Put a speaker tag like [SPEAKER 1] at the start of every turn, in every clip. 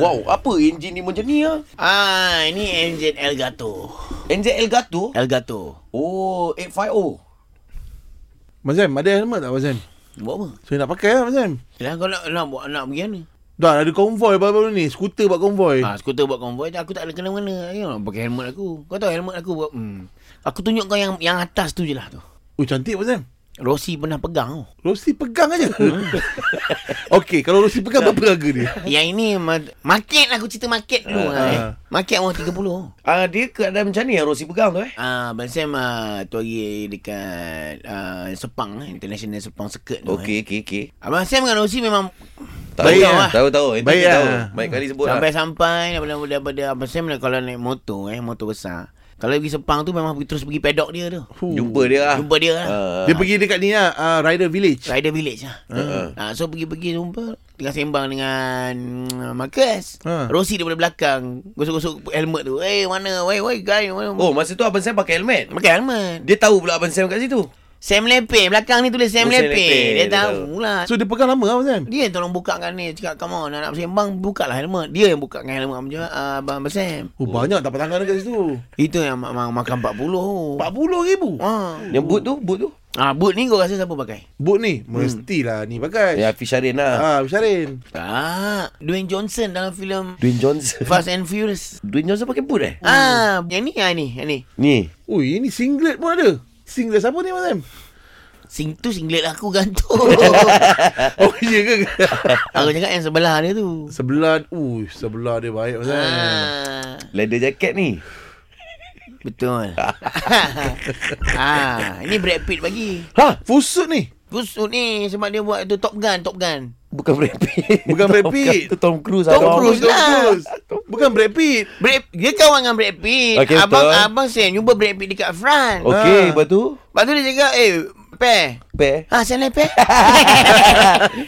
[SPEAKER 1] Wow, apa enjin ni macam ni ah?
[SPEAKER 2] Ah, ini enjin Elgato.
[SPEAKER 1] NZ Elgato?
[SPEAKER 2] Elgato.
[SPEAKER 1] Oh, 850.
[SPEAKER 3] Mazem, ada helmet tak Mazem?
[SPEAKER 2] Buat apa?
[SPEAKER 3] Saya nak pakai lah Mazem.
[SPEAKER 2] Yalah kau nak, nak buat nak pergi mana?
[SPEAKER 3] Dah ada konvoi baru-baru ni. Skuter buat konvoi.
[SPEAKER 2] Ha, skuter buat konvoi aku tak ada kena mana. You know, pakai helmet aku. Kau tahu helmet aku buat hmm. Aku tunjuk kau yang yang atas tu je lah tu.
[SPEAKER 3] Oh cantik Mazem.
[SPEAKER 2] Rossi pernah pegang tau.
[SPEAKER 3] Rosi pegang aja. Okey, kalau Rosi pegang berapa harga dia?
[SPEAKER 2] Yang ini ma- market lah, aku cerita market dulu.
[SPEAKER 3] Eh. Ah,
[SPEAKER 2] ha, eh.
[SPEAKER 3] ah.
[SPEAKER 2] Market orang 30.
[SPEAKER 1] Ah, dia keadaan macam ni yang Rosi pegang tu eh?
[SPEAKER 2] Ah, uh, Abang Sam uh, tu hari dekat uh, Sepang eh, International Sepang Circuit tu eh.
[SPEAKER 1] Okey, okey, okey.
[SPEAKER 2] Abang Sam dengan Rosi memang
[SPEAKER 1] Tahu
[SPEAKER 3] Baik
[SPEAKER 1] tahu
[SPEAKER 3] lah.
[SPEAKER 1] Tahu tahu. Itu
[SPEAKER 3] Baik
[SPEAKER 1] Baik
[SPEAKER 3] lah.
[SPEAKER 1] tahu. Baik kali sebut lah.
[SPEAKER 2] sampai-sampai daripada, daripada Abang Sam lah kalau naik motor eh Motor besar Kalau pergi Sepang tu memang pergi, terus pergi pedok dia tu
[SPEAKER 3] Fuh.
[SPEAKER 1] Jumpa dia lah.
[SPEAKER 2] Jumpa dia lah
[SPEAKER 1] Ah.
[SPEAKER 3] Dia pergi dekat ni lah, uh, Rider Village.
[SPEAKER 2] Rider Village lah
[SPEAKER 1] Ah.
[SPEAKER 2] Ah, So pergi-pergi jumpa Tengah sembang dengan uh, Marcus
[SPEAKER 1] Ha.
[SPEAKER 3] Ah.
[SPEAKER 2] Rosi daripada belakang Gosok-gosok helmet tu Eh hey, mana Why why guy mana?
[SPEAKER 1] Oh, masa tu Abang Sam pakai helmet.
[SPEAKER 2] Pakai helmet
[SPEAKER 1] Dia tahu pula Abang Sam kat situ.
[SPEAKER 2] Sam Lepe Belakang ni tulis Sam
[SPEAKER 1] Oh, Sam Lepe.
[SPEAKER 2] Lepe Dia
[SPEAKER 1] Dia
[SPEAKER 2] tahu lah
[SPEAKER 3] So dia pegang lama lah Mazem.
[SPEAKER 2] Dia yang tolong buka kan ni Cakap come on Nak sembang Buka lah helmet Dia yang buka dengan helmet Abang, Jo- ah, Abang Sam
[SPEAKER 3] Oh, banyak tak tangan dekat situ.
[SPEAKER 2] Itu yang mak- mak- makan 40
[SPEAKER 3] RM40,000.
[SPEAKER 2] ah.
[SPEAKER 1] Yang boot tu, boot tu.
[SPEAKER 2] ah, Boot ni kau rasa siapa pakai?
[SPEAKER 3] Boot ni mestilah ni pakai.
[SPEAKER 1] Ya, Fisharin lah.
[SPEAKER 3] Ah, Bisharin.
[SPEAKER 2] Tak Dwayne Johnson dalam filem
[SPEAKER 1] Dwayne Johnson.
[SPEAKER 2] Fast and Furious
[SPEAKER 1] Dwayne Johnson pakai boot eh?
[SPEAKER 2] Ah, yang ni, yang ni, yang ni.
[SPEAKER 1] Ni.
[SPEAKER 3] Ui, ini singlet pun ada. Singlet siapa ni Mazem?
[SPEAKER 2] Sing tu singlet aku gantung.
[SPEAKER 3] Oh, iya ke?
[SPEAKER 2] aku cakap yang sebelah dia tu.
[SPEAKER 3] sebelah, ui, sebelah dia baik Mazem.
[SPEAKER 2] Ah,
[SPEAKER 1] Leather jacket ni.
[SPEAKER 2] betul. ah, ini Brad Pitt bagi.
[SPEAKER 3] Ha, full suit ni.
[SPEAKER 2] Kusut ni sebab dia buat tu Top Gun, Top Gun.
[SPEAKER 1] Bukan Brad Pitt.
[SPEAKER 3] Bukan Brad Pitt.
[SPEAKER 1] Tom, Tom Cruise.
[SPEAKER 2] Tom
[SPEAKER 1] abang.
[SPEAKER 2] Cruise.
[SPEAKER 3] Tom
[SPEAKER 2] lah.
[SPEAKER 3] Cruise. Bukan Brad Pitt.
[SPEAKER 2] Brad, dia kawan dengan Brad Pitt.
[SPEAKER 1] Okey,
[SPEAKER 2] abang
[SPEAKER 1] betul.
[SPEAKER 2] abang Sam jumpa Brad Pitt dekat front. Okay.
[SPEAKER 1] Okey,
[SPEAKER 3] Ah.
[SPEAKER 1] lepas tu.
[SPEAKER 2] Lepas tu dia cakap, "Eh, Peh.
[SPEAKER 1] Pair.
[SPEAKER 2] Ha, sana Peh.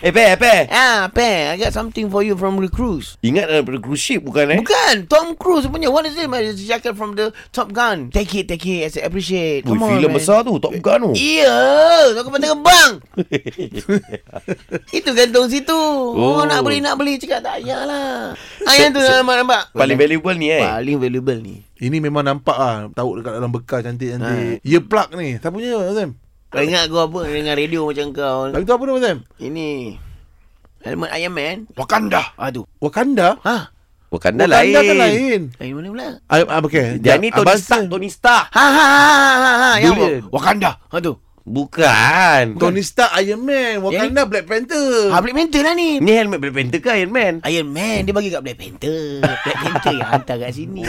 [SPEAKER 1] eh, pair, pair.
[SPEAKER 2] ah, Peh, I got something for you from the cruise."
[SPEAKER 1] Ingat daripada cruise ship bukan eh?
[SPEAKER 2] Bukan Tom Cruise punya What is it man? It's a jacket from the Top Gun Take it Take it I said, appreciate
[SPEAKER 1] Wih,
[SPEAKER 2] Come on
[SPEAKER 1] filem
[SPEAKER 2] man.
[SPEAKER 1] besar tu. Top Gun tu.
[SPEAKER 2] Iya Kau kepala terbang Itu gantung situ
[SPEAKER 1] Oh.
[SPEAKER 2] oh. nak beli nak beli Cakap tak payahlah ah, Yang tu nampak, nampak
[SPEAKER 1] Paling valuable ni eh.
[SPEAKER 2] Paling valuable ni
[SPEAKER 3] Ini memang nampak ah tahu dekat dalam bekas
[SPEAKER 1] Ha.
[SPEAKER 3] cantik-cantik. Ear plug ni. Siapa punya Mazem?
[SPEAKER 2] Kau ingat kau apa Dengan radio macam kau
[SPEAKER 3] Lagu tu apa nama Mazem?
[SPEAKER 2] Ini Helmet Iron Man
[SPEAKER 1] Wakanda.
[SPEAKER 2] Ah tu
[SPEAKER 3] Wakanda.
[SPEAKER 2] Ha
[SPEAKER 1] Wakanda,
[SPEAKER 3] Wakanda
[SPEAKER 1] lain.
[SPEAKER 3] kan lain.
[SPEAKER 2] Yang mana pula
[SPEAKER 3] Ah, ah, okay.
[SPEAKER 1] Yang ni Tony
[SPEAKER 3] Abang
[SPEAKER 1] Stark.
[SPEAKER 3] Sam.
[SPEAKER 1] Tony Stark.
[SPEAKER 2] Ha ha ha ha, ha, ha. Yang apa?
[SPEAKER 3] Durian.
[SPEAKER 2] Wakanda Ha tu
[SPEAKER 1] Bukan.
[SPEAKER 3] Tony Stark, Iron Man, Wakanda, Black Panther.
[SPEAKER 2] Ha beli mental lah ni
[SPEAKER 1] Ni helmet Black Panther ke Iron Man?
[SPEAKER 2] Iron Man dia bagi kat Black Panther. Black Panther yang hantar kat sini.